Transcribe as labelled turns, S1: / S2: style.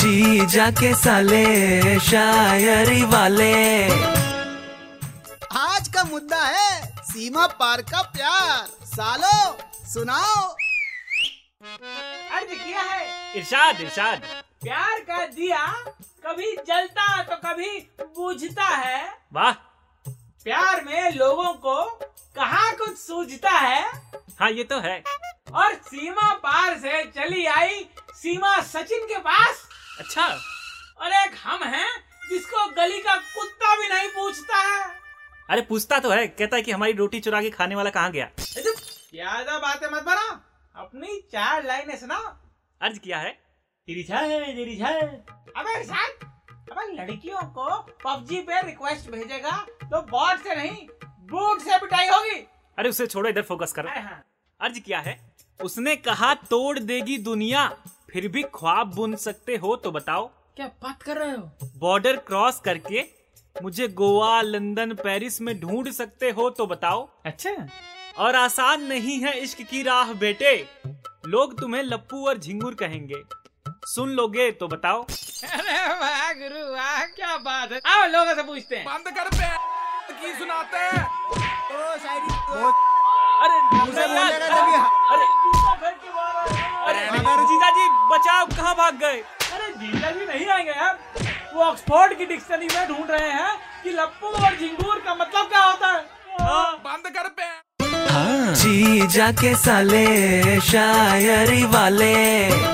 S1: जी जाके साले शायरी वाले
S2: आज का मुद्दा है सीमा पार का प्यार सालो सुनाओ
S3: अर्ज किया है
S4: इरशाद इरशाद
S3: प्यार का दिया कभी जलता तो कभी बुझता है
S4: वाह
S3: प्यार में लोगों को कहाँ कुछ सूझता है
S4: हाँ ये तो है
S3: और सीमा पार से चली आई सीमा सचिन के पास
S4: अच्छा
S3: और एक हम हैं जिसको गली का कुत्ता भी नहीं पूछता है
S4: अरे पूछता तो है कहता है कि हमारी रोटी चुरा के खाने वाला कहाँ गया
S3: ए चुप, ज्यादा बातें मत बनाओ अपनी चार लाइनें सुनाओ
S4: अर्ज किया है
S3: अबे इरशाद अबे लड़कियों को पबजी पे रिक्वेस्ट भेजेगा तो बॉट से नहीं बूट से पिटाई होगी
S4: अरे उसे छोड़ो इधर फोकस करो
S3: अरे हाँ
S4: अर्ज किया है उसने कहा तोड़ देगी दुनिया फिर भी ख्वाब बुन सकते हो तो बताओ
S3: क्या बात कर रहे हो
S4: बॉर्डर क्रॉस करके मुझे गोवा लंदन पेरिस में ढूंढ सकते हो तो बताओ
S3: अच्छा
S4: और आसान नहीं है इश्क की राह बेटे लोग तुम्हें लप्पू और झिंगुर कहेंगे सुन लोगे तो बताओ
S3: अरे वाह गुरु वाह क्या बात है आओ लोगों से पूछते हैं
S5: बंद कर बे की सुनाते हैं
S2: ओ शायरी
S4: अरे
S2: मुझे
S4: यार,
S2: बोलेगा तभी हाँ।
S4: अरे
S3: अरे
S4: अरे जीजा जी बचाओ कहाँ भाग गए
S3: अरे जीजा भी नहीं आएंगे यार वो ऑक्सफोर्ड की डिक्शनरी में ढूंढ रहे हैं कि लप्पू और झिंगूर का मतलब क्या होता है
S5: बंद कर बे
S1: जी जाके साले शायरी वाले